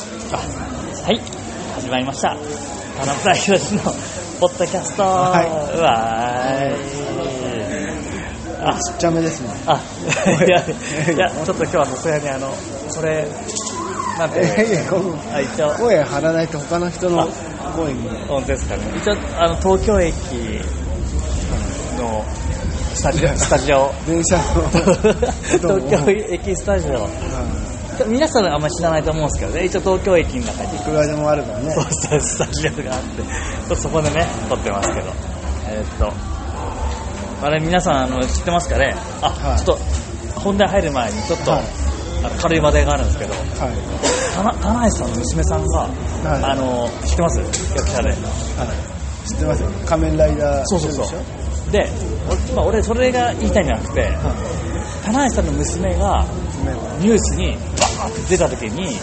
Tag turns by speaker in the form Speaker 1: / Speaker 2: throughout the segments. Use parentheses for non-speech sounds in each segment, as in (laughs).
Speaker 1: はい、始まりました。パラプラヒロシのポッドキャスト。
Speaker 2: はいう
Speaker 1: わーい。あ、
Speaker 2: ちっちゃめですね。
Speaker 1: あ、いや、いや、ちょっと今日はさすがにあの、それ、なんていうの、あ、一応、
Speaker 2: 声張らないと他の人の声に。
Speaker 1: 本当ですかね。一応、あの、東京駅のスタジオ、スタジオ。
Speaker 2: 電車の。
Speaker 1: 東
Speaker 2: どうも
Speaker 1: 京駅スタジオ。皆さんあんまり知らないと思うんですけどね、一応東京駅の中に
Speaker 2: いくらでもあるからね
Speaker 1: そう。そうスタジオがあってそこでね撮ってますけどえーっとあれ皆さんあの知ってますかねあ、
Speaker 2: はい
Speaker 1: ちょっと本題入る前にちょっと、
Speaker 2: はい
Speaker 1: あの軽い話題があるんですけど
Speaker 2: はい。
Speaker 1: 田な田内さんの娘さんが、
Speaker 2: い
Speaker 1: あの知ってます役者で
Speaker 2: はい。知ってますよ。仮面ライダー。
Speaker 1: そうそうそう
Speaker 2: でしょ
Speaker 1: で、おまあ、俺それが言いたいんじゃなくて田内さんの娘が
Speaker 2: 爪が
Speaker 1: ニュースにバーって出た時に、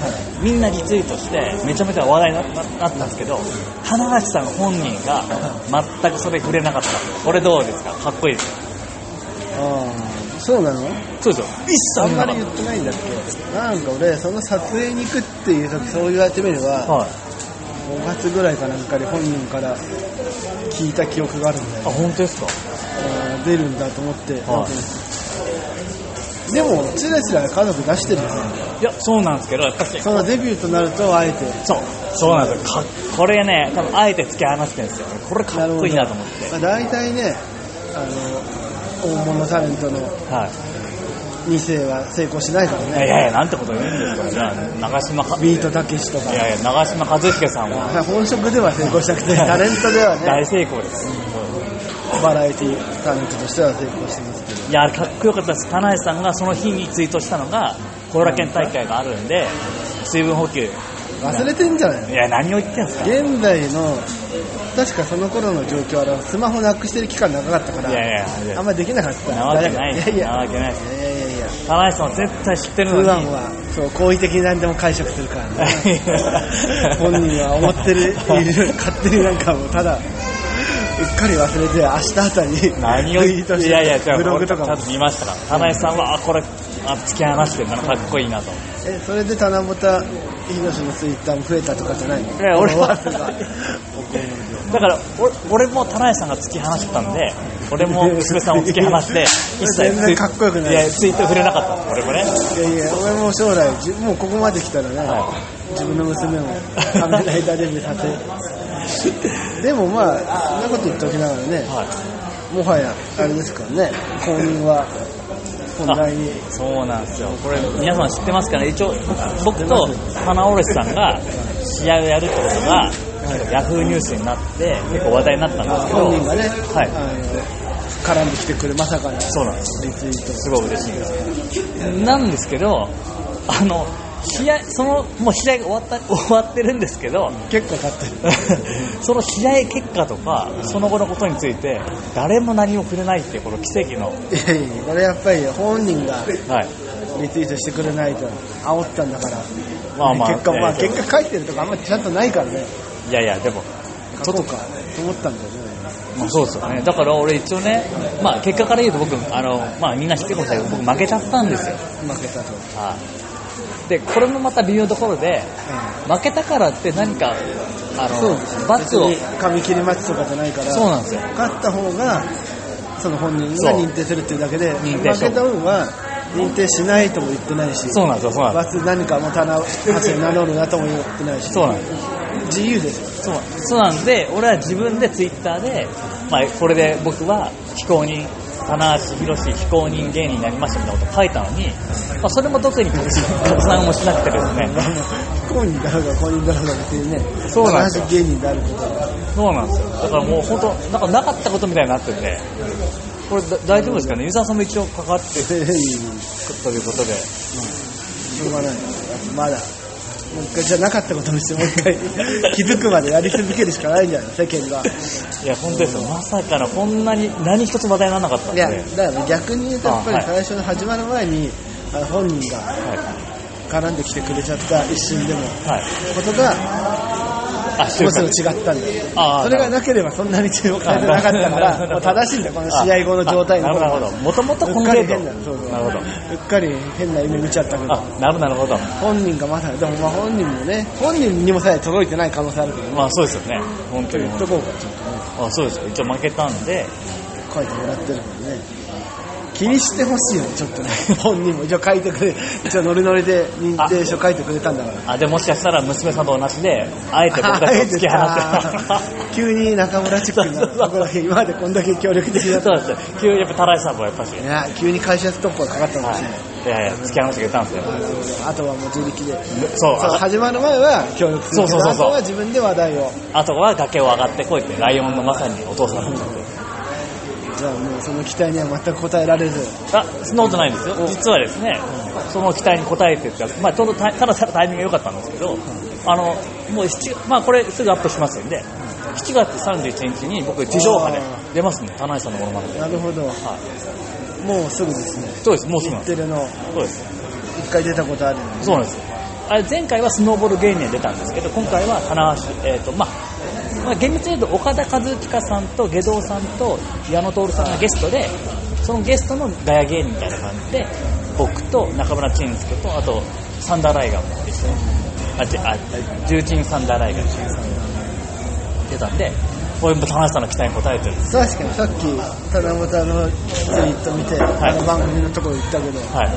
Speaker 1: みんなリツイートしてめちゃめちゃ話題になななったんですけど花垣さん本人が全くそれ触れなかったこれどうですかかっこいいです
Speaker 2: ああ、そうなの
Speaker 1: そうですよ一
Speaker 2: あ
Speaker 1: 切
Speaker 2: ん
Speaker 1: 触
Speaker 2: ま
Speaker 1: れ
Speaker 2: り
Speaker 1: な
Speaker 2: 言
Speaker 1: かっ
Speaker 2: ってないんだっけなんか俺、その撮影に行くっていう時、そう言われてみれ
Speaker 1: た
Speaker 2: ば、
Speaker 1: はい
Speaker 2: 5月ぐらいかなんかで本人から聞いた記憶があるんだよ
Speaker 1: あ。本当ですか
Speaker 2: あー出るんだと思って。
Speaker 1: は
Speaker 2: でも、チラチラ家族出してるよね。
Speaker 1: いやそうなんですけどやっぱし
Speaker 2: そのデビューとなるとあえて
Speaker 1: そうそうなんですよかこれね多分あえて突き放してるんですよこれかっこいいなと思って
Speaker 2: まあ、大体ねあの大物タレントの
Speaker 1: はい
Speaker 2: 2世は成功しないから
Speaker 1: いやい
Speaker 2: ね
Speaker 1: やいやなんてこと言うんですかじゃあ長嶋かい
Speaker 2: ビートたけしとか
Speaker 1: やいや長嶋一茂さんは
Speaker 2: 本職では成功しな
Speaker 1: (laughs)
Speaker 2: くてタレントでは
Speaker 1: 大
Speaker 2: ね
Speaker 1: 成功です
Speaker 2: バラエティタレントとしては成功してますけど
Speaker 1: いやかっこよかったです、田内さんがその日にツイートしたのが、コーラ県大会があるんで、水分補給、い
Speaker 2: 忘れてんじゃないの
Speaker 1: や、何を言ってんすか、い
Speaker 2: 現代の確かその頃の状況はスマホなくしてる期間長かったから
Speaker 1: やいや、いや
Speaker 2: あんまりできなかった
Speaker 1: なわけない
Speaker 2: いやいや
Speaker 1: なわけないです
Speaker 2: いやいやいや
Speaker 1: 田内さんは絶対知ってる
Speaker 2: 普
Speaker 1: の
Speaker 2: 段
Speaker 1: に、
Speaker 2: はそう好意的に何でも解釈するからね (laughs) 本
Speaker 1: (laughs) 本
Speaker 2: 人は思ってる、勝手になんかもうただ、うっかり忘れて、明日あたり、
Speaker 1: 何を
Speaker 2: ツイ
Speaker 1: 言っ
Speaker 2: ー
Speaker 1: て
Speaker 2: トして
Speaker 1: いやいや、違う
Speaker 2: ブログと
Speaker 1: ちゃ
Speaker 2: か
Speaker 1: ん
Speaker 2: も
Speaker 1: と。見ましたから、田内さんは、あこれ、あ突き放してるな、かっこいいなと、
Speaker 2: え、それで七夕、ひろしのツイッターも増えたとかじゃない
Speaker 1: い
Speaker 2: の
Speaker 1: や俺は
Speaker 2: フォロワー数が
Speaker 1: だから、お俺も田内さんが突き放したんで、俺も娘さんを突き放して、一切
Speaker 2: 全然かっこよくない
Speaker 1: やツイート触れなかったんです、俺もね。
Speaker 2: (laughs) いやいや、俺も将来、じもうここまで来たらね、
Speaker 1: は
Speaker 2: 自分の娘も仮面ライダーデビューさ
Speaker 1: (laughs)
Speaker 2: せ。でもまあ、そんなこと言っておきながらね、
Speaker 1: はい
Speaker 2: もはや、あれですからね、公認は、本来に。
Speaker 1: そうなんですよ、これ、皆さん知ってますかね、一応、僕僕と花卸さんが試合をやるってことが、ヤフーニュースになって、結構話題になったんですけど、
Speaker 2: 本人がね、
Speaker 1: はい
Speaker 2: あの絡んできてくるまさかのリツ
Speaker 1: そうなんです、
Speaker 2: イー
Speaker 1: すごい嬉しいんですなんですけど、あの、試合、その、もう試合が終わった、 (laughs) 終わってるんですけど、
Speaker 2: ト結構買ってる
Speaker 1: その試合結果とか、その後のことについて、誰も何も触れないっていう、この奇跡の、
Speaker 2: いやいやこれやっぱり本人が
Speaker 1: はい、
Speaker 2: リツイートしてくれないと煽ったんだから、
Speaker 1: まあまあ、
Speaker 2: 結果、まあ、
Speaker 1: えー
Speaker 2: 結果書いてるとかあんまりちゃんとないからね
Speaker 1: いやいや、でも、
Speaker 2: 書こうかと思ったんだよね
Speaker 1: まあ、そうですよね。だから俺一応ね、まあ結果から言うと僕、あの、まあみんな知ってることだけど、僕負けちゃったんですよ。
Speaker 2: 負けたと、
Speaker 1: はい。で、これもまた微妙なところで、
Speaker 2: う
Speaker 1: 負けたからって何か、あ
Speaker 2: ん、そうです
Speaker 1: の、
Speaker 2: ね
Speaker 1: 罰を
Speaker 2: 別、に紙切り待ちとかじゃないから
Speaker 1: そうなんですよ。
Speaker 2: 勝った方がその本人が認定するっていうだけで
Speaker 1: 認
Speaker 2: 負
Speaker 1: 定
Speaker 2: け
Speaker 1: しよう
Speaker 2: た方は認定しないとも言ってないし
Speaker 1: そうなんですよ、そうなんです
Speaker 2: 罰何かも棚橋を名乗るなとも言ってないし
Speaker 1: よ。そうなんですよ。
Speaker 2: 自由ですよ
Speaker 1: そうそうなんで、俺は自分でツイッターで、まあこれで僕は非公認、棚橋宏非公認芸人になりましたみたいなこと書いたのに、まあそれも特に拡散もしなくてですね。
Speaker 2: 非公認だろうが公認だろうが別にね
Speaker 1: そうなんですよ
Speaker 2: 同じ芸人であることは
Speaker 1: そうなんですよ。だからもう本当、なんかなかったことみたいになってて、これだ大丈夫ですかね、ユーザーさんも一応かかって
Speaker 2: えい
Speaker 1: ということで、
Speaker 2: しょうがないまだもう一回じゃなかったことにしてもう
Speaker 1: (laughs)
Speaker 2: 一回気づくまでやり続けるしかないんじゃない世間が
Speaker 1: いや、本当ですよ、まさかのこんなに何一つ話題にならなかったん
Speaker 2: い
Speaker 1: で、
Speaker 2: や
Speaker 1: はい、
Speaker 2: だから逆に言うとやっぱり
Speaker 1: あ
Speaker 2: 最初の始まる前にあの本人が絡んできてくれちゃった一瞬でも
Speaker 1: はい、
Speaker 2: ことが
Speaker 1: あ
Speaker 2: もちろん違ったんだよ
Speaker 1: あー
Speaker 2: それがなければそんなに注目されてなかったか
Speaker 1: (laughs) なるほ
Speaker 2: ら
Speaker 1: ど
Speaker 2: もう正しいんだよこの試合後の状態の
Speaker 1: あ
Speaker 2: こと
Speaker 1: なるほどもともとこの程
Speaker 2: うっかり
Speaker 1: 度
Speaker 2: 変なそうそう
Speaker 1: なるほど
Speaker 2: うっかり変な夢見ちゃったけど
Speaker 1: あなるなるほど
Speaker 2: 本人がまだでもまあ本人もね本人にもさえ届いてない可能性あるけど
Speaker 1: まあそうですよね本当に
Speaker 2: 言っとこうかちょっ
Speaker 1: あそうですよ一応負けたんで
Speaker 2: と書いてもらってるからね気にしてほしいよねちょ
Speaker 1: (laughs)
Speaker 2: っとね本人も一応書いてくれ一応ノリノリで認定書書いてくれたんだ
Speaker 1: (laughs)
Speaker 2: から
Speaker 1: あでもしかしたら娘さんと同じであえて僕たちを突き放して
Speaker 2: 急に中村地区になるとこだけ今までこんだけ協力的だ
Speaker 1: (laughs)
Speaker 2: っ
Speaker 1: そ
Speaker 2: た
Speaker 1: うですよ急にやっぱタライさんもやっぱし、はい、
Speaker 2: ね急に会社ストップがかかったかもしれな
Speaker 1: い
Speaker 2: い
Speaker 1: やいや突き放してくれたんですよ
Speaker 2: あとはもう自力で
Speaker 1: そう
Speaker 2: そう
Speaker 1: あ
Speaker 2: 始まる前は協力するけ
Speaker 1: そうそう
Speaker 2: ど
Speaker 1: そう
Speaker 2: あ
Speaker 1: そ
Speaker 2: と
Speaker 1: う
Speaker 2: は自分で話題を
Speaker 1: あとは崖を上がってこいってライオンのまさにお父さんだったんで
Speaker 2: じゃあもうその期待には全く応えられず
Speaker 1: あそんなことないんですよ実はですねその期待に応えてってやつ、まあ、ちょうどたただただタイミングが良かったんですけどあのもう7まあこれすぐアップしますんで7月31日に僕地上波で出ますんで田内さんのものまで
Speaker 2: なるほども
Speaker 1: は
Speaker 2: うすぐですね
Speaker 1: いそうですもうすぐなんです
Speaker 2: 日テレの
Speaker 1: そうです
Speaker 2: 一回出たことあるのに
Speaker 1: そうなんですあれ前回はスノーボール芸人で出たんですけど今回は棚橋えっ、とまあまあ、厳密に言うと岡田和親さんと下道さんと矢野徹さんがゲストでそのゲストのガヤ芸人みたいな感じで僕と中村健介とあとサンダーライガーも一緒にあちあ重鎮サンダーライガーっていう出たんでこれも棚橋さんの期待に応えてるんです
Speaker 2: 確かにさっき棚本のツイート見て、
Speaker 1: はい
Speaker 2: あの番組のところ行ったけど
Speaker 1: はい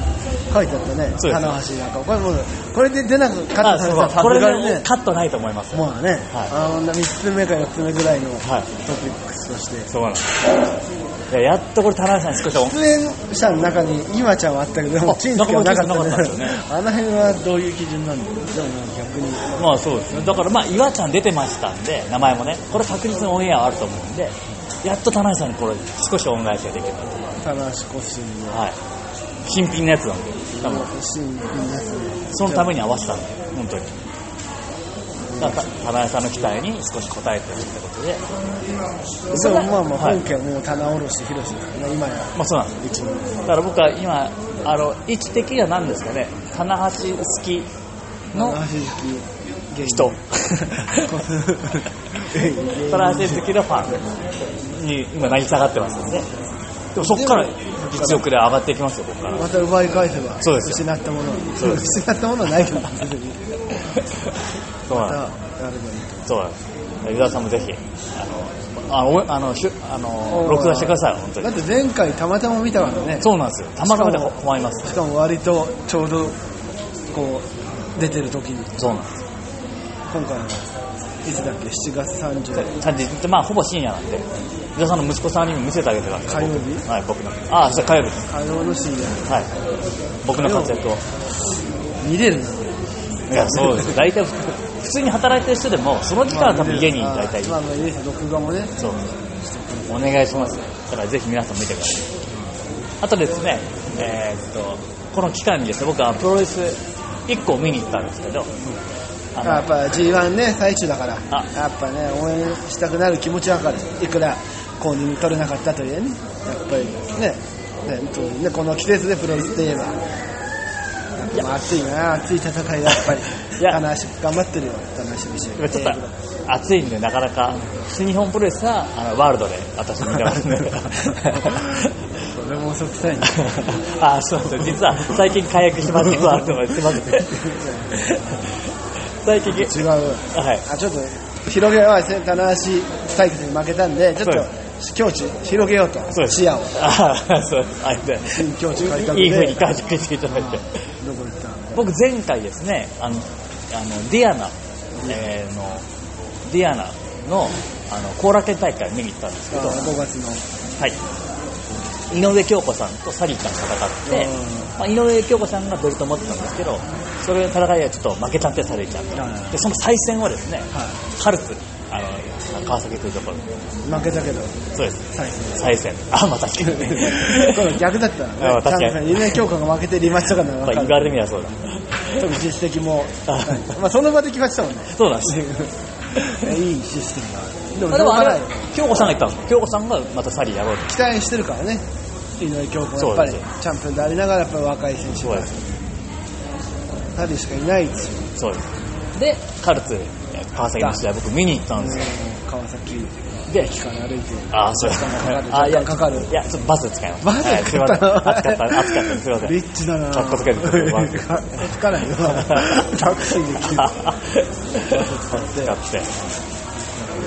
Speaker 2: 書いてあったね
Speaker 1: そうです
Speaker 2: 棚橋なんかこれもうこれで出なかったら
Speaker 1: あ
Speaker 2: さ
Speaker 1: そ
Speaker 2: す
Speaker 1: うそ
Speaker 2: が
Speaker 1: うこれ
Speaker 2: に
Speaker 1: で
Speaker 2: ね
Speaker 1: カットないと思います
Speaker 2: もうね、
Speaker 1: は
Speaker 2: あの3つ目か4つ目ぐらいのト
Speaker 1: はい
Speaker 2: ピックスとして
Speaker 1: そうなんですいややっとこれ棚橋さんに少しお
Speaker 2: 出演者の中に今ちゃんはあったけどでも陳介はなかっ
Speaker 1: な
Speaker 2: た
Speaker 1: かったですよね
Speaker 2: あの辺はどういう基準なんだろうでも逆に
Speaker 1: まあそうですね。だからまあ、岩ちゃん出てましたんで、名前もね、これ確実にオンエアあると思うんで、やっと田内さんにこれ少し恩返しができるなと。
Speaker 2: 棚橋コスチュームの
Speaker 1: はい。新品のやつなんで、多分
Speaker 2: シーンになってる
Speaker 1: そのために合わせたんで、本当に。だから田内さんの期待に少し応えてるってことで、
Speaker 2: でもまあまあ
Speaker 1: はい
Speaker 2: 本家はもう棚卸広しですね今や
Speaker 1: まあそうなんです。
Speaker 2: 一応
Speaker 1: だから僕は今、あの、位置的には何ですかね、棚橋好きの
Speaker 2: 棚橋好き
Speaker 1: 人。
Speaker 2: 人
Speaker 1: (laughs) トランシ好きのファンに今成り下がってますんで、でもそこから実力で上がっていきますよ、ここから。
Speaker 2: また奪い返せば
Speaker 1: そうです
Speaker 2: 失ったものは
Speaker 1: そうです
Speaker 2: 失ったものはないけど別に
Speaker 1: そう
Speaker 2: ま
Speaker 1: なんで
Speaker 2: たやればいい
Speaker 1: す。そうなんです。湯沢さんもぜひ、あの、あおあの、しゅあの
Speaker 2: おー
Speaker 1: 録画してください、本当
Speaker 2: だ
Speaker 1: に。
Speaker 2: って前回たまたま見たからね
Speaker 1: そうなんですよ。たまたまで
Speaker 2: しかも
Speaker 1: 困ります。
Speaker 2: しかも割とちょうどこう出てる時に
Speaker 1: そうなんです。
Speaker 2: 今回はいつだっけ7月30
Speaker 1: ちゃんと、まあ、ほぼ深夜なんで、湯沢さんの息子さんにも見せてあげてください。
Speaker 2: 火曜日
Speaker 1: はい、僕の。ああ、そう、火曜日です。
Speaker 2: 火曜の深夜
Speaker 1: はい。僕の活躍を。
Speaker 2: 見れるない
Speaker 1: や、そうです。大体、普通に働いてる人でも、その期間は多分家に大体いる
Speaker 2: まあまあいいです録画もね
Speaker 1: そう。お願いします。だからぜひ皆さん見てください。あとですね、えーっと、この期間にですね、僕はプロレス1個見に行ったんですけど、あの
Speaker 2: やっぱ G1 ね最中だから
Speaker 1: あ
Speaker 2: やっぱね応援したくなる気持ちはわかるいくら公認取れなかったというねやっぱりねね本当にねこの季節でプロレスといえば
Speaker 1: いや
Speaker 2: まあ熱いな熱い戦いだやっぱり
Speaker 1: いや
Speaker 2: 棚橋頑張ってるよ棚橋美
Speaker 1: 今
Speaker 2: 翔
Speaker 1: ちょっと暑いんで、なかなか、新日本プロレスはあのワールドで私見てます (laughs) ね。
Speaker 2: それも嘘くさいね
Speaker 1: あー、そうです。実は最近解約しました、ワールドが。すいません。最近、
Speaker 2: 違う
Speaker 1: はい。
Speaker 2: あちょっと広げよう棚橋対決に負けたんでちょっ
Speaker 1: そう
Speaker 2: と境地広げようと
Speaker 1: そうです。
Speaker 2: 視野を
Speaker 1: あーそうです。はいで
Speaker 2: 新境地開拓で
Speaker 1: いい風に解釈していただいて。
Speaker 2: どこ行ったの
Speaker 1: 僕前回ですねあのあのディアナ、えーのディアナのあの後楽園大会見に行ったんですけど、
Speaker 2: 5月の
Speaker 1: はい、井上京子さんとサリーちゃん戦って、
Speaker 2: うん
Speaker 1: まあ、井上京子さんがベルトを持ってたんですけどそれの戦いはちょっと負けちゃってサリーちゃん
Speaker 2: うん
Speaker 1: とでその再戦をですね
Speaker 2: は
Speaker 1: カルツあの川崎というところ
Speaker 2: 負けたけど
Speaker 1: そうです
Speaker 2: 最
Speaker 1: (laughs)
Speaker 2: 初
Speaker 1: 再戦あまあ確かにね
Speaker 2: (laughs) この逆だった
Speaker 1: あ
Speaker 2: らね
Speaker 1: 確かに
Speaker 2: チャンさん夢強化が負けてリマッチとかなら
Speaker 1: まあ
Speaker 2: 分か
Speaker 1: 言
Speaker 2: る
Speaker 1: われてみればそうだ
Speaker 2: 特に実績も
Speaker 1: あ
Speaker 2: まあその場で決まってたもんね (laughs)
Speaker 1: そうなんです
Speaker 2: いいシステムがあるでも
Speaker 1: あ
Speaker 2: し
Speaker 1: で
Speaker 2: ょう
Speaker 1: もあ
Speaker 2: がな
Speaker 1: れ
Speaker 2: いよね
Speaker 1: 京子さんが言ったんですよ京子さんがまたサリーやろうと
Speaker 2: 期待してるからね井上京子もやっぱり
Speaker 1: そうです
Speaker 2: チャンピオンでありながらやっぱり若い選手
Speaker 1: そう
Speaker 2: が
Speaker 1: です
Speaker 2: 2人しかいないですよ
Speaker 1: そうです。でカルツ川崎の試合僕見に行ったんですよ
Speaker 2: 川崎
Speaker 1: で
Speaker 2: 駅から歩いて
Speaker 1: ああそうですあいや
Speaker 2: かかる
Speaker 1: いやちょっとバス使います
Speaker 2: バス
Speaker 1: はいすいません
Speaker 2: 使ったの
Speaker 1: 暑かった暑かったですいません
Speaker 2: リッチだな
Speaker 1: かっこつけてくるバス
Speaker 2: かっこつかないよタクシーで来
Speaker 1: (laughs)
Speaker 2: る
Speaker 1: 使って。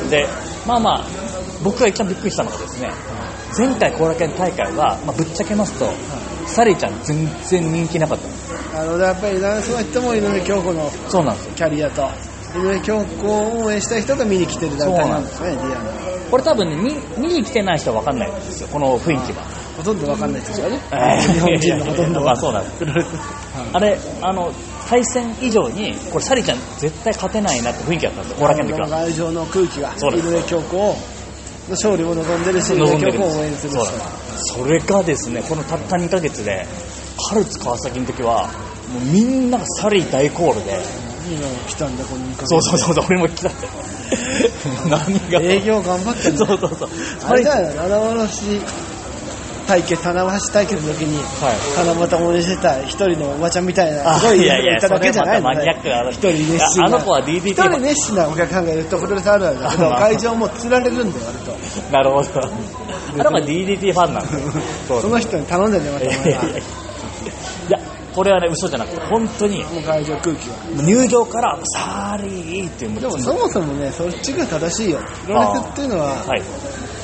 Speaker 1: で、まあまあ、僕が一番びっくりしたのがですね、前回後楽園大会は、まあ、ぶっちゃけますと、サリーちゃん全然人気なかったんです。
Speaker 2: あのやっぱり男性は人も井上京子の
Speaker 1: そうなんですよ。
Speaker 2: キャリアと井上京子を応援したい人が見に来てる団体なんですねリアルな
Speaker 1: これ多分ね、見見に来てない人は分かんないんですよ、この雰囲気は。
Speaker 2: ほとんどわかんないですよね
Speaker 1: えー
Speaker 2: 日本人のほとんど
Speaker 1: ま
Speaker 2: は
Speaker 1: あそうなんです。あれ、あの、対戦以上に、これサリーちゃん絶対勝てないなって雰囲気だったんですよ、後楽園の時は。
Speaker 2: 会場の空気が
Speaker 1: そうで
Speaker 2: 井
Speaker 1: す
Speaker 2: 上京子をの勝利も望んでるし井
Speaker 1: 望
Speaker 2: 上
Speaker 1: んで
Speaker 2: 京
Speaker 1: る
Speaker 2: 子を応援するし
Speaker 1: そうなんですそれがですねこのたった2ヶ月でカルツ川崎の時はもうみんながサリー大コールで
Speaker 2: いいの来たんだこの2ヶ
Speaker 1: そう
Speaker 2: 月
Speaker 1: そうそうそう俺も来たって何が
Speaker 2: 営業頑張ってん
Speaker 1: そ
Speaker 2: だ
Speaker 1: うそうそう
Speaker 2: あれだよ七尾市対決七尾市対決の時に
Speaker 1: はい
Speaker 2: 七夕応援してた一人のおばちゃんみたいな
Speaker 1: あ
Speaker 2: すごい
Speaker 1: いやいや
Speaker 2: いただけじゃないの
Speaker 1: それまたマニアックな話
Speaker 2: 一人熱心
Speaker 1: あ
Speaker 2: な
Speaker 1: の子は DDT
Speaker 2: 一人熱心なお客さんがいるところであるあるだけど
Speaker 1: あ (laughs) まあ
Speaker 2: 会場も釣られるんだよ割と
Speaker 1: なるほどあれは DDT ファンなんですよ
Speaker 2: そ
Speaker 1: そう
Speaker 2: の人に頼んでねまた
Speaker 1: い
Speaker 2: お
Speaker 1: やい
Speaker 2: 前
Speaker 1: や
Speaker 2: はい
Speaker 1: やいやこれはね嘘じゃなくて本当に
Speaker 2: もう会場空気は
Speaker 1: 入場からサリーっていう
Speaker 2: でもそもそもねそっちが正しいよプロレスっていうのは
Speaker 1: はい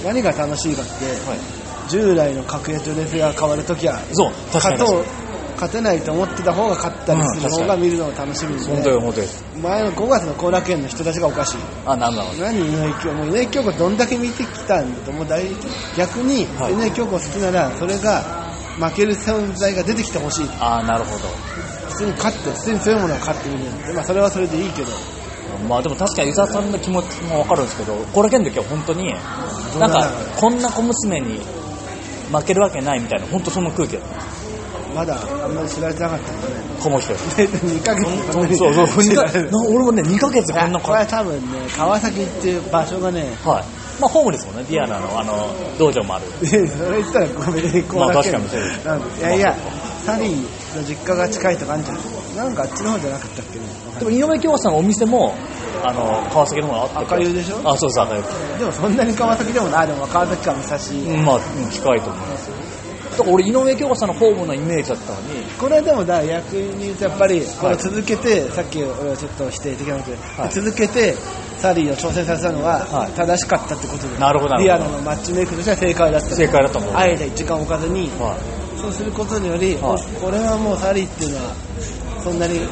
Speaker 2: 何が楽しいかって
Speaker 1: はい
Speaker 2: 従来の格ゲーとレフェア変わるときは
Speaker 1: そう確か
Speaker 2: 勝
Speaker 1: に
Speaker 2: とう勝てないと思ってた方が勝ったりす
Speaker 1: う
Speaker 2: る
Speaker 1: ん確
Speaker 2: 方
Speaker 1: か
Speaker 2: が見るのが楽しみで、
Speaker 1: 本当よ本当です
Speaker 2: 前の5月の後楽園の人たちがおかしい
Speaker 1: あなんだろう
Speaker 2: 何井上京子もう井上京子どんだけ見てきたんだともう大逆に
Speaker 1: はい
Speaker 2: 井上京子好きならそれが負ける存在が出てきてほしい
Speaker 1: ああなるほど
Speaker 2: 普通に勝って普通に強いものは勝ってみるんで、まあ、それはそれでいいけど
Speaker 1: まあでも確かに伊沢さんの気持ちもわかるんですけど、これ県の時は本当に、
Speaker 2: う
Speaker 1: な
Speaker 2: なんん
Speaker 1: か
Speaker 2: だろう
Speaker 1: こんな小娘に負けるわけないみたいな、本当その空気だった。
Speaker 2: まだあんまり知られてなかったんだね
Speaker 1: この人。
Speaker 2: 2ヶ月
Speaker 1: そうそう、
Speaker 2: 知
Speaker 1: 二
Speaker 2: ら
Speaker 1: ヶ
Speaker 2: れてない
Speaker 1: な俺もね、2ヶ月こんな
Speaker 2: これ
Speaker 1: 感
Speaker 2: は多分ね川崎っていう場所
Speaker 1: (laughs)
Speaker 2: がね
Speaker 1: じ。はい。まあホームですもんね、ディアナのあの、道場もある。
Speaker 2: いやそれ言ったらごめんね、こうだけ
Speaker 1: まあ確かにそう
Speaker 2: なんでいやいや、サリーの実家が近いとかあるんじゃないなんかあっちの方じゃなかったっけね。
Speaker 1: でも井上京子さんのお店も、あの、川崎の方があった
Speaker 2: 赤湯でしょ
Speaker 1: あ、そうそう、赤湯。
Speaker 2: でもそんなに川崎でもない、でも川崎か武蔵。
Speaker 1: うんまあ、うん近いと思いますよ。だから俺、井上京子さんのホームのイメージだったのに、
Speaker 2: これでもだ、役に言うとやっぱり、これ続けて、さっき俺はちょっと否定的なことで、
Speaker 1: はい
Speaker 2: 続けて、サリーを挑戦させたの
Speaker 1: は
Speaker 2: はい正しかったってことで、
Speaker 1: なるほどなるほど
Speaker 2: リアルのマッチメイクとしては正解だった。
Speaker 1: 正解だと思う。
Speaker 2: あえて時間を置かずに、
Speaker 1: はい
Speaker 2: そうすることにより、
Speaker 1: はい
Speaker 2: これはもうサリーっていうのは、そんなに、ね、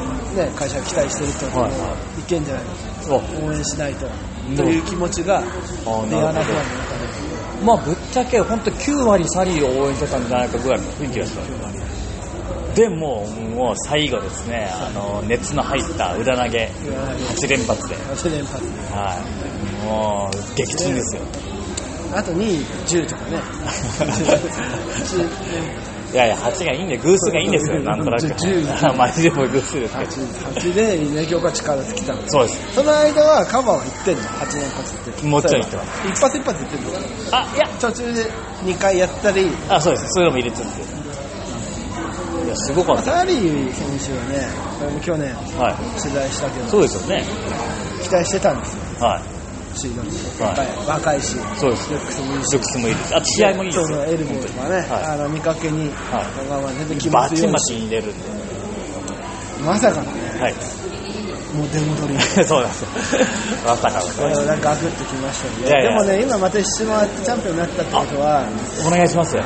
Speaker 2: 会社が期待してるってこと
Speaker 1: はい
Speaker 2: で
Speaker 1: はい
Speaker 2: けんじゃないの
Speaker 1: そう
Speaker 2: 応援しないと、
Speaker 1: うん
Speaker 2: という気持ちが、
Speaker 1: あ
Speaker 2: レア
Speaker 1: な
Speaker 2: な
Speaker 1: るほ
Speaker 2: ファン
Speaker 1: ど
Speaker 2: の中で、
Speaker 1: まあぶっちゃけ本当9割サリーを応援してたんじゃないかぐらいの雰囲気がしたでももう最後ですねあの熱の入った裏投げ
Speaker 2: 言わないで
Speaker 1: 8連発で、
Speaker 2: 8連発、
Speaker 1: はい、もう撃沈ですよ
Speaker 2: あと2位、10とかね、
Speaker 1: いやいや8がいいんで偶数がいいんですよなんとなく
Speaker 2: 10
Speaker 1: (laughs) マジでもう偶数ですけど
Speaker 2: 8で稲京が力尽きたの。
Speaker 1: そうです
Speaker 2: その間はカバーは行ってんの、8連発って。
Speaker 1: もちろん行
Speaker 2: 行。
Speaker 1: ってます
Speaker 2: 一発一発行ってんの。
Speaker 1: あいや
Speaker 2: 途中で2回やったり、
Speaker 1: あそうですそういうのも入れつついやすごかった
Speaker 2: サリー選手はね、これも去年
Speaker 1: はい
Speaker 2: 取材したけど、
Speaker 1: そうですよね
Speaker 2: 期待してたんですよ、
Speaker 1: は
Speaker 2: シードに。
Speaker 1: はい
Speaker 2: 若い若いし、
Speaker 1: いそうです
Speaker 2: ルックスもいいし
Speaker 1: ルックスもいいですあと試合もいいです
Speaker 2: そう
Speaker 1: よ
Speaker 2: そうエルボーとかね、
Speaker 1: はい
Speaker 2: あの見かけに、
Speaker 1: は
Speaker 2: まあまあ全然気
Speaker 1: バ
Speaker 2: 持ち
Speaker 1: チ
Speaker 2: よ
Speaker 1: バチ入れるんで
Speaker 2: まさかのね、
Speaker 1: はい
Speaker 2: モテ戻
Speaker 1: (laughs)
Speaker 2: り。
Speaker 1: そうなんですよ。まさか
Speaker 2: これ
Speaker 1: の
Speaker 2: は
Speaker 1: ね。
Speaker 2: なんかガクッときました
Speaker 1: いや
Speaker 2: ね。
Speaker 1: いや
Speaker 2: でもね、今また一周回ってチャンピオンになったってことは、
Speaker 1: お願いしますよ。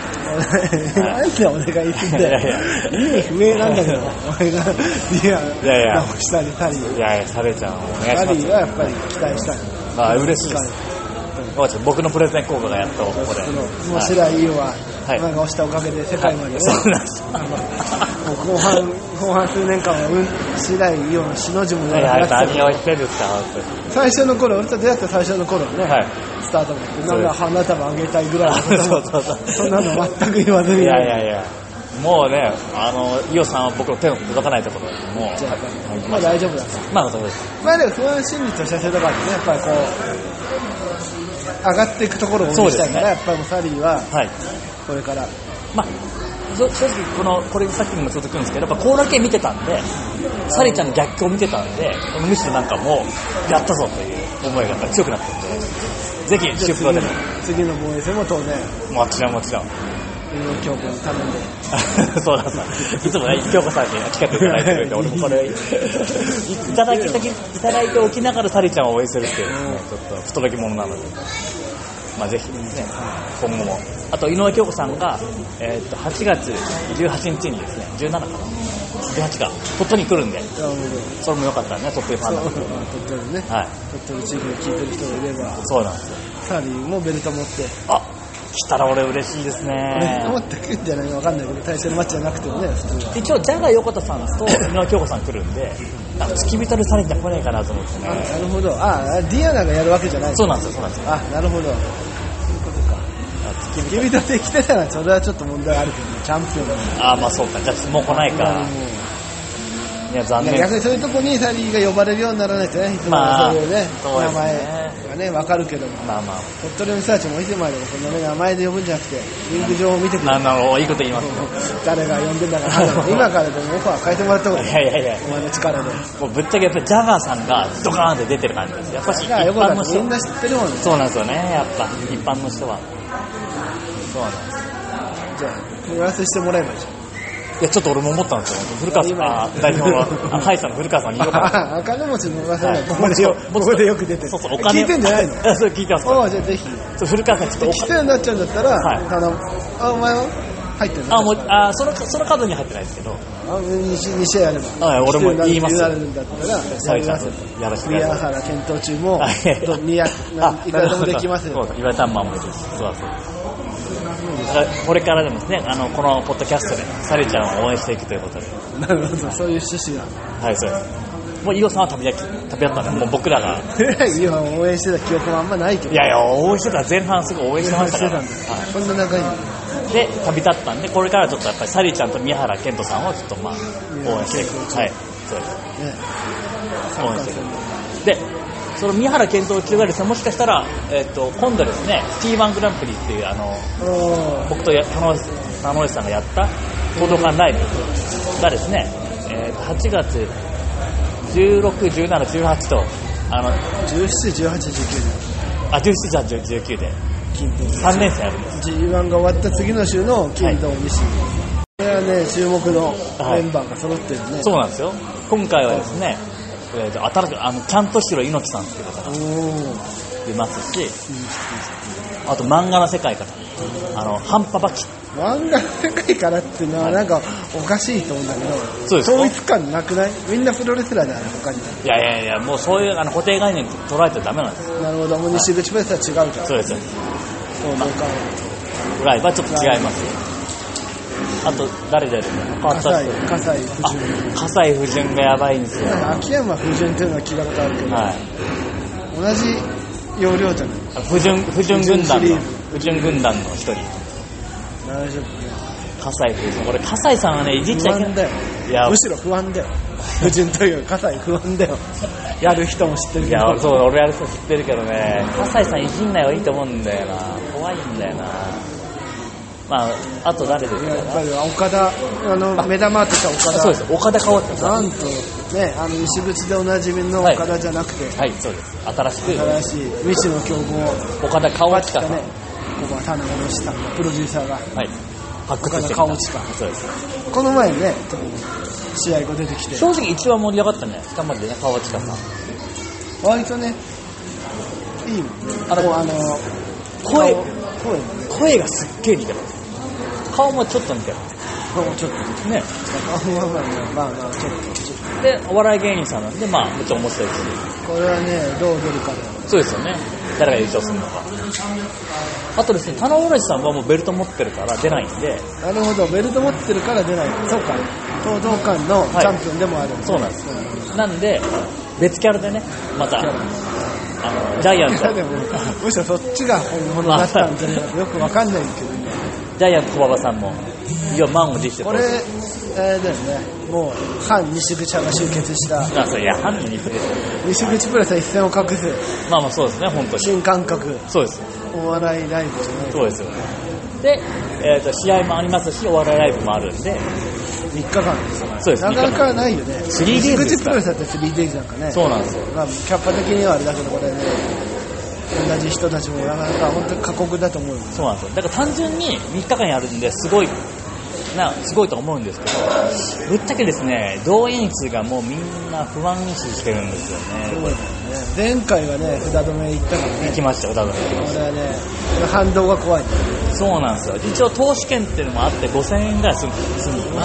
Speaker 2: (laughs) なんでお願いすんだよ。
Speaker 1: いやいや
Speaker 2: 意味不明なんだけど、俺が、いや、
Speaker 1: いやいや
Speaker 2: 直したり、サリー。
Speaker 1: いやいや、サレちゃんお願い
Speaker 2: サ
Speaker 1: しま
Speaker 2: リ
Speaker 1: す
Speaker 2: ー
Speaker 1: よ。
Speaker 2: はやっぱり期待したい。
Speaker 1: あ、嬉しいです。よかった僕のプレゼン効果がやっとここで。
Speaker 2: その面
Speaker 1: はい
Speaker 2: 白いイオは、
Speaker 1: はい
Speaker 2: 今が押したおかげで世界までね、
Speaker 1: そうなんですよ。
Speaker 2: もう後半、後半数年間は、うん、白いイオのしの字も
Speaker 1: い
Speaker 2: な
Speaker 1: やい (laughs)
Speaker 2: い
Speaker 1: や、
Speaker 2: 話だ
Speaker 1: 何を言ってるんですか、本
Speaker 2: 最初の頃、俺と出会った最初の頃は
Speaker 1: 当
Speaker 2: ね、
Speaker 1: に。はい。
Speaker 2: スタートもやって、
Speaker 1: そ
Speaker 2: な
Speaker 1: うんです
Speaker 2: か花束あげたいぐらいのこと
Speaker 1: そ
Speaker 2: も
Speaker 1: うそうそう
Speaker 2: そんなの全く言わずに、
Speaker 1: いやいやいや。もうね、あの、イオさんは僕の手の届かないところで、もう、
Speaker 2: じゃあ
Speaker 1: はい
Speaker 2: まあ大丈夫だと。
Speaker 1: まあ、そうです。
Speaker 2: まあでも不安心理としてはそういうとこあるね、やっぱりこう、上がっていくところを応援したいか
Speaker 1: そ
Speaker 2: ら、
Speaker 1: う
Speaker 2: やっぱりもうサリーは
Speaker 1: はい。
Speaker 2: これから、
Speaker 1: まあ、そ正直このこれさっきにも続くんですけどやっぱこれだけ見てたんでサリーちゃんの逆境を見てたんでむしろなんかもうやったぞという思いがやっぱり強くなったんでぜひ
Speaker 2: じゃ
Speaker 1: 出
Speaker 2: あ
Speaker 1: 発でも
Speaker 2: 次の次の防衛戦も当然、
Speaker 1: もちろんもちろん
Speaker 2: いろいろ強化に頼ん
Speaker 1: (laughs)
Speaker 2: で、
Speaker 1: そうだそういつもね京子さんに企画いただいてるんで俺もこれいただきいただいておきながらサリーちゃんを応援するっていうね、ちょっと不届き者なので。まあ、ぜひね、今後も。あと、井上京子さんが、えーっと、8月18日にですね、17かな ?18 か。鳥取に来るんで、
Speaker 2: いやもう
Speaker 1: それもよかったらね、鳥取ファンだ
Speaker 2: そう
Speaker 1: と。
Speaker 2: まあ鳥取ね、
Speaker 1: はい。
Speaker 2: 鳥取地域で聞いてる人がいれば、
Speaker 1: そうなんですよ。
Speaker 2: サリーもベルト持って、
Speaker 1: あ、来たら俺嬉しいですね
Speaker 2: ね。持ってくんじゃないかわかんないけど、対戦マッチじゃなくてもね、普通は。
Speaker 1: 一応、ジャガー横田さんと井上京子さん来るんで、なんか付き人でされて来ないかなと思って
Speaker 2: あ
Speaker 1: ね。
Speaker 2: なるほど。ああ、ディアナがやるわけじゃない。
Speaker 1: そうなんですよ、そうなんですよ。
Speaker 2: あ、なるほど。
Speaker 1: 付き
Speaker 2: 君だって来てたら、それはちょっと問題あるけどね、チャンピオンだね
Speaker 1: 人あー、まあそうか。じゃあもう来ないから。いや、残
Speaker 2: いや
Speaker 1: 念。
Speaker 2: 逆にそういうとこにサリーが呼ばれるようにならないとね、いつも
Speaker 1: まあ
Speaker 2: そういうね、
Speaker 1: そうですね
Speaker 2: 名前がね、わかるけども。
Speaker 1: まあまあ。
Speaker 2: 鳥取のリサーチもいつまでもこんなね、名前で呼ぶんじゃなくて、リンク上を見てくれ
Speaker 1: な
Speaker 2: る
Speaker 1: ん。だろう、いいこと言いますね。
Speaker 2: 誰が呼んでんだから、
Speaker 1: (laughs)
Speaker 2: 今からでもオファー変えてもらったこ
Speaker 1: い
Speaker 2: と
Speaker 1: やいやいや。
Speaker 2: お前の力で。
Speaker 1: もうぶっちゃけやっぱりジャガーさんがドカーンって出てる感じです。やっぱし一
Speaker 2: だから横
Speaker 1: 般の
Speaker 2: 田
Speaker 1: 人
Speaker 2: みんな知ってるもんね。
Speaker 1: そうなんですよね、やっぱ一般の人は。そうなんです。
Speaker 2: じゃあ、問い合わせしてもらえばいいじゃん。
Speaker 1: いや、ちょっと俺も思ったんですよ。古川さん、あ代表は、あ、ハイさんの古川さんに (laughs) 言おうかな。
Speaker 2: ああ、金持ちの噂
Speaker 1: はい
Speaker 2: がここでよ、ここでよく出てる。
Speaker 1: そうそう、お金。
Speaker 2: 聞いてんじゃないの
Speaker 1: (laughs) それ聞いてますから。
Speaker 2: ああ、じゃあぜひ。
Speaker 1: そう古川さん、ちょっとお
Speaker 2: 来たようになっちゃうんだった
Speaker 1: は
Speaker 2: ら
Speaker 1: い、
Speaker 2: 頼む。あ、お前は入ってんの
Speaker 1: あ、もう、あ、その、その角には入ってないですけど、
Speaker 2: あ2試2試合やれば。
Speaker 1: はい俺も言います
Speaker 2: 来てるようになるんだったら、
Speaker 1: サリちゃん
Speaker 2: やりま
Speaker 1: と、やらせ
Speaker 2: す
Speaker 1: てく
Speaker 2: 宮
Speaker 1: ださい。
Speaker 2: 原検討中も
Speaker 1: あ、い
Speaker 2: ど
Speaker 1: や
Speaker 2: 宮
Speaker 1: あ、
Speaker 2: いくらでもできます
Speaker 1: そう
Speaker 2: よ。
Speaker 1: だ、岩田マンもできるし、そうだそうだこれからでもですね、あの、このポッドキャストで、サリちゃんを応援していくということで。
Speaker 2: なるほど、そういう趣
Speaker 1: (laughs)
Speaker 2: 旨が。
Speaker 1: はい、そうです。もう、伊予さんは旅立ち、旅立ったんで、もう僕らが、
Speaker 2: 今応援してた記憶もあんまないけど。
Speaker 1: いやいや、応援してた、前半すごい応援してましたから。は
Speaker 2: こんな長いの
Speaker 1: い、で、旅立ったんで、これからちょっとやっぱり、サリーちゃんと宮原健人さんをちょっとまあ、応援していく。はい、そうです。
Speaker 2: ね。
Speaker 1: 応援していく。で、その宮原健人中がですね、もしかしたら、えっ、と、今度ですね、T1 グランプリっていう、あの、
Speaker 2: おー
Speaker 1: 僕とや田之内田之内さんがやった、報道館ライブがですね、えーと8月16、17、18と、あの、
Speaker 2: 17、18、19
Speaker 1: あ、17、18、19で、
Speaker 2: 金と
Speaker 1: 3連戦あるんです。
Speaker 2: G1 が終わった次の週の金土西、これはね注目のメンバーが揃ってるね、
Speaker 1: そうなんですよ。今回はですね、えーと新しく、あの、キャントシロ猪木さんっていう方が
Speaker 2: おー
Speaker 1: 出ますし、あと漫画の世界から、あの、半パパキ。
Speaker 2: 漫画の世界からっていうのはなんかおかしいと思うんだけど
Speaker 1: そうですか
Speaker 2: 統一感なくないみんなプロレスラーだから他に
Speaker 1: いやいやいや、もうそういうあの固定概念捉えちゃダメなんですよ。
Speaker 2: なるほどもう西口プレスは違うから
Speaker 1: そうですよ。
Speaker 2: そうなんか
Speaker 1: ぐらいはちょっと違いますよ。あと、誰で変わった
Speaker 2: 葛
Speaker 1: 人
Speaker 2: 西。葛西
Speaker 1: あ
Speaker 2: 不純、
Speaker 1: 葛西不純がやばいんですよ。
Speaker 2: なんか秋山不純っていうのは聞いたことあるけど、
Speaker 1: はい。
Speaker 2: 同じ要領じゃない
Speaker 1: 不純、不純軍団
Speaker 2: 不純シリ
Speaker 1: の
Speaker 2: ーズ、
Speaker 1: 不純軍団の一人。
Speaker 2: 大丈夫ね
Speaker 1: 葛西不純。これ、葛西さんはね、いじっち
Speaker 2: 不
Speaker 1: ゃいけ
Speaker 2: 安
Speaker 1: ない。
Speaker 2: だよ
Speaker 1: いや
Speaker 2: むしろ不安だよ不純というか葛西不安だよやる人も知ってる
Speaker 1: い
Speaker 2: け
Speaker 1: や、
Speaker 2: ど
Speaker 1: そう、俺やる人知ってるけどね、葛西さんいじんない方がいいと思うんだよな。怖いんだよな。まあ、あと誰です
Speaker 2: いや
Speaker 1: か
Speaker 2: やっぱり岡田あの目玉ってた
Speaker 1: あ
Speaker 2: 岡田
Speaker 1: そうです。岡田香織さん。
Speaker 2: なんとねあの西口でおなじみの岡田じゃなくて、
Speaker 1: はい、そうです。新しく、
Speaker 2: 新しい未知の強豪
Speaker 1: 岡田香織さ
Speaker 2: だ
Speaker 1: ん。
Speaker 2: ねここは田中の下のプロデューサーが
Speaker 1: はい。発掘してきた
Speaker 2: 岡田香織さん
Speaker 1: そうです。
Speaker 2: この前ね試合後出てきて
Speaker 1: 正直一番盛り上がったんじゃないですか、までね、川近さん。
Speaker 2: 割とねいいもんね
Speaker 1: あでも
Speaker 2: こうあの
Speaker 1: 声
Speaker 2: 顔声もね
Speaker 1: 声がすっげえ似てます。顔もちょっと似てます。
Speaker 2: 顔もちょっと
Speaker 1: ね。
Speaker 2: まあまあまあまあまあちょっと
Speaker 1: で、お笑い芸人さんなんで、まあ、めっちゃ面白いし。
Speaker 2: これはねどう出るかだよ
Speaker 1: そうですよね。誰が優勝するのか。あとですね、田之浦さんはもうベルト持ってるから出ないんで、
Speaker 2: なるほどベルト持ってるから出ないそうか東道館のチャンピオンでもある、
Speaker 1: そうなんですなんで、別キャラでね、また、あの、ジャイアン
Speaker 2: い (laughs) やで
Speaker 1: ト、
Speaker 2: もむしろそっちが本物だったんじゃないかよくわかんないけどね
Speaker 1: ジャイアント小馬場さんも、いや、満を持して
Speaker 2: これあれだよねもう反西口派が集結した
Speaker 1: あ、そういや、犯人に連れて
Speaker 2: 西口プレスは一線を画す
Speaker 1: まあまあそうですね、本当に。
Speaker 2: 新感覚
Speaker 1: そうです。
Speaker 2: お笑いライブじゃない
Speaker 1: そうですよね。で、えーと試合もありますし、お笑いライブもあるんで、
Speaker 2: 3日間ですよ
Speaker 1: そうです
Speaker 2: なかなかないよね
Speaker 1: 3days で
Speaker 2: 西
Speaker 1: す
Speaker 2: 口プ
Speaker 1: か
Speaker 2: ロレスだって 3days なんかね
Speaker 1: そうなんですよ。
Speaker 2: まあ、キャパ的にはあれだけどこれね同じ人たちもなかなか本当に過酷だと思うよ
Speaker 1: そうなんですよ。だから単純に3日間やるんですごい、な、すごいと思うんですけど、ぶっちゃけですね、動員数がもうみんな不安視してるんですよね。
Speaker 2: ね前回はね札止め行ったから
Speaker 1: 行
Speaker 2: ね
Speaker 1: きましたよ、多分。
Speaker 2: これはね反動が怖い
Speaker 1: そうなんですよ。一応投資券っていうのもあって5000円ぐらいするするのかな。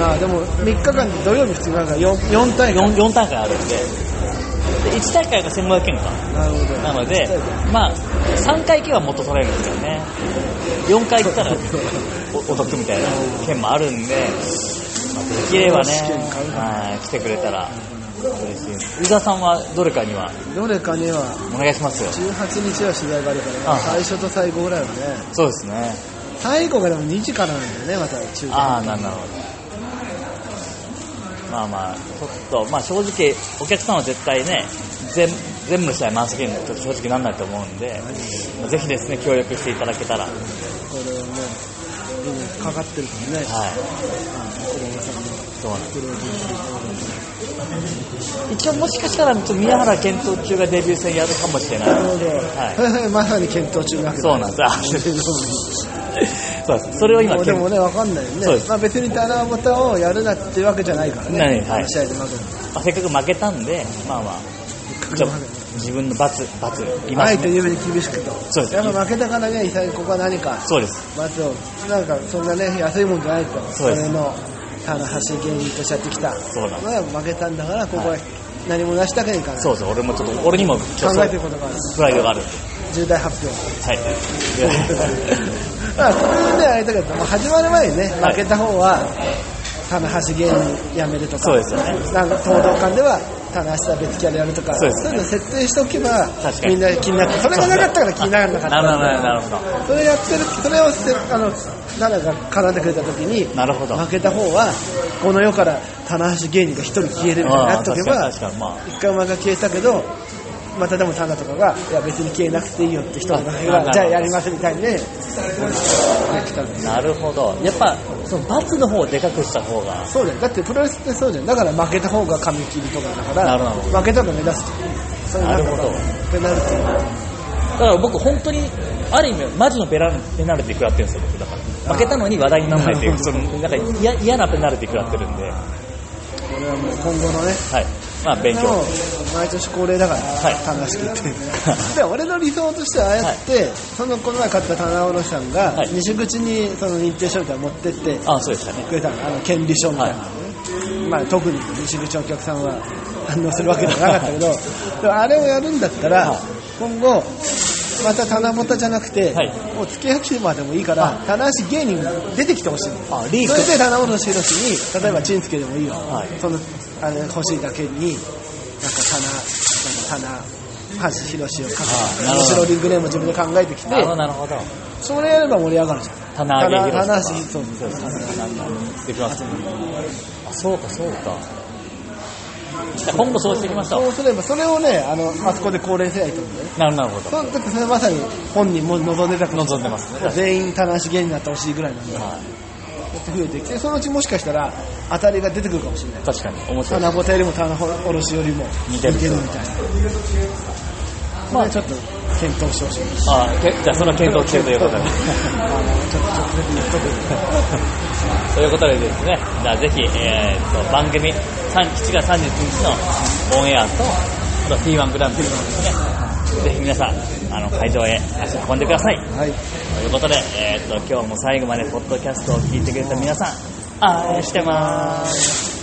Speaker 2: まあでも3日間で土曜日普通なんか 4, 4大会
Speaker 1: 4, 4大会あるんで、で1大会が1500円か。
Speaker 2: なるほど
Speaker 1: なので、まあ、3回行けば元取れるんですよね。4回行ったらおお得みたいな券もあるんで、まあ、できればね、
Speaker 2: 試験買うか
Speaker 1: はい、来てくれたら嬉しいです。宇田さんはどれかには
Speaker 2: どれかには
Speaker 1: お願いしますよ。
Speaker 2: 18日は取材があるから、
Speaker 1: あ
Speaker 2: ね、最初と最後ぐらいはね
Speaker 1: そうですね。
Speaker 2: 最後がでも2時からなんだよねまた中間
Speaker 1: ああ、なるほど。まあまあ、ちょっと、まあ正直、お客さんは絶対ね、全全部の試合満席にはちょっと正直なんないと思うんで、ぜひですね、協力していただけたら、はい。
Speaker 2: これはね今かかってるからね子供さんの
Speaker 1: そうなんです
Speaker 2: プロデュース
Speaker 1: 一応もしかしたらちょっと宮原検討中がデビュー戦やるかもしれない。
Speaker 2: なるほど、
Speaker 1: は
Speaker 2: はいはい、 (laughs) まさに検討中なわ
Speaker 1: い。
Speaker 2: け
Speaker 1: そうなんです。あそうです。それを今
Speaker 2: もう
Speaker 1: 検
Speaker 2: で
Speaker 1: 討
Speaker 2: もね、わかんないよ
Speaker 1: そうで
Speaker 2: ね
Speaker 1: す。
Speaker 2: まあ別にタナボタをやるなってわけじゃないからね。
Speaker 1: ないはい
Speaker 2: この試合で負ける
Speaker 1: まあせっかく負けたんで、まあまあ、ちょっと自分の罰、罰、今、
Speaker 2: あえて夢に厳しくと。
Speaker 1: そうです
Speaker 2: やっぱ負けたからには、最ここは何か、
Speaker 1: そうです。
Speaker 2: 罰を、なんかそんなね、安いもんじゃないと。
Speaker 1: そうです
Speaker 2: れの、棚橋芸人としちゃってきた。
Speaker 1: そうなんで
Speaker 2: まあ負けたんだから、ここ
Speaker 1: は
Speaker 2: はい何も成し遂げないから。
Speaker 1: そうそう、俺もちょっと、俺にもちょっ
Speaker 2: 考えてる
Speaker 1: と
Speaker 2: ことがある。
Speaker 1: プライドがあるんで。
Speaker 2: 重大発表。
Speaker 1: はい。
Speaker 2: (laughs) まあ、そういうね、あれだけど、まあ、始まる前にね、
Speaker 1: はい
Speaker 2: 負けた方は、棚橋芸人やめるとか、
Speaker 1: そうですよね
Speaker 2: なんか、東道館では、棚橋さん別キャラやるとか、
Speaker 1: そうですね
Speaker 2: いうの設定しておけば
Speaker 1: 確、かに
Speaker 2: みんな気になって、それがなかったから気にならなかった。
Speaker 1: なるほど、なるほど。
Speaker 2: それやってる、それをせ、あの、奈良が絡んでくれた時に、
Speaker 1: なるほど。
Speaker 2: 負けた方は、この世から棚橋芸人が一人消えるみたいになっとけ
Speaker 1: あ
Speaker 2: ば
Speaker 1: あ、確かに確かにまあ
Speaker 2: 一回お前が消えたけど、またでもタナとかが、いや別に消えなくていいよって人が
Speaker 1: あなるほど
Speaker 2: じゃあやりますみたいにね、できたんです
Speaker 1: なるほど。やっぱ、その罰の方をでかくした方が、
Speaker 2: そうだよ。だってプロレスってそうじゃん。だから負けた方が髪切りとかだか
Speaker 1: な
Speaker 2: ら、
Speaker 1: るほど
Speaker 2: 負けたの目指すそういうなんか
Speaker 1: なるほど
Speaker 2: ペナルティ
Speaker 1: だから僕本当に、ある意味、マジのペナルペナルティ食らってるんですよ、僕だから。負けたのに話題にならないってい
Speaker 2: あ
Speaker 1: う、
Speaker 2: ー
Speaker 1: その、なんか嫌嫌なペナルティ食らってるんで、は
Speaker 2: これはもう今後のね、
Speaker 1: い。まあ、勉
Speaker 2: で
Speaker 1: 強。
Speaker 2: も毎年恒例だから、
Speaker 1: はい
Speaker 2: 棚式
Speaker 1: (laughs)
Speaker 2: ってで俺の理想としてはああやって、そのこの前買った棚卸さんが、
Speaker 1: はい
Speaker 2: 西口にその認定書みたいなの持ってって
Speaker 1: あ、そうでしたね。
Speaker 2: くれたのあの権利書みたいなのね、まあ、特に西口お客さんは反応するわけじゃなかったけどでもあれをやるんだったら、
Speaker 1: はい
Speaker 2: 今後また棚ぼたじゃなくて、
Speaker 1: はい
Speaker 2: もう付け焼きまでもいいから棚橋芸人出てきてほしい
Speaker 1: あリー
Speaker 2: そ
Speaker 1: ク
Speaker 2: れで棚卸宏に例えばチンスケでもいいよ、
Speaker 1: はい
Speaker 2: そのあれ欲しいだけになんか棚なんか棚橋宏を
Speaker 1: あ
Speaker 2: 書
Speaker 1: な
Speaker 2: く
Speaker 1: るほど
Speaker 2: スローリングネームを自分で考えてきて
Speaker 1: なるほど、なるほど。
Speaker 2: それやれば盛り上がるじゃん
Speaker 1: 棚上げ広
Speaker 2: 棚
Speaker 1: さ。
Speaker 2: 橋そう
Speaker 1: そうですね。できます。あ、そうか、そうか。じゃあ今後そうしていきましょ
Speaker 2: そう
Speaker 1: う。
Speaker 2: すれば、それをね、あの、あそこで高齢世代と思うね。
Speaker 1: なるなるほど。
Speaker 2: そうだってそれまさに本人も望んでたから
Speaker 1: 望んでますね。
Speaker 2: 全員棚橋芸人になってほしいぐらいなんで、
Speaker 1: は
Speaker 2: 増えてきて、そのうちもしかしたら当たりが出てくるかもしれない
Speaker 1: い。。確かに、面白い。
Speaker 2: 棚ぼたよりも棚おろしよりも
Speaker 1: 似てる
Speaker 2: 似てるみたいな。ま
Speaker 1: まあ
Speaker 2: あちょっと検討してほしい。
Speaker 1: あけじゃあその検討中ということで。
Speaker 2: (laughs) あの、ちょっと直接言っとく。
Speaker 1: ということでですね、じゃあぜひ、えー、と番組さん7月39日のオンエアと、あと P1 グランプリのですね、ぜひ皆さん、あの会場へ足を運んでください。
Speaker 2: はい。
Speaker 1: ということで、えー、と今日も最後までポッドキャストを聞いてくれた皆さん、愛してます。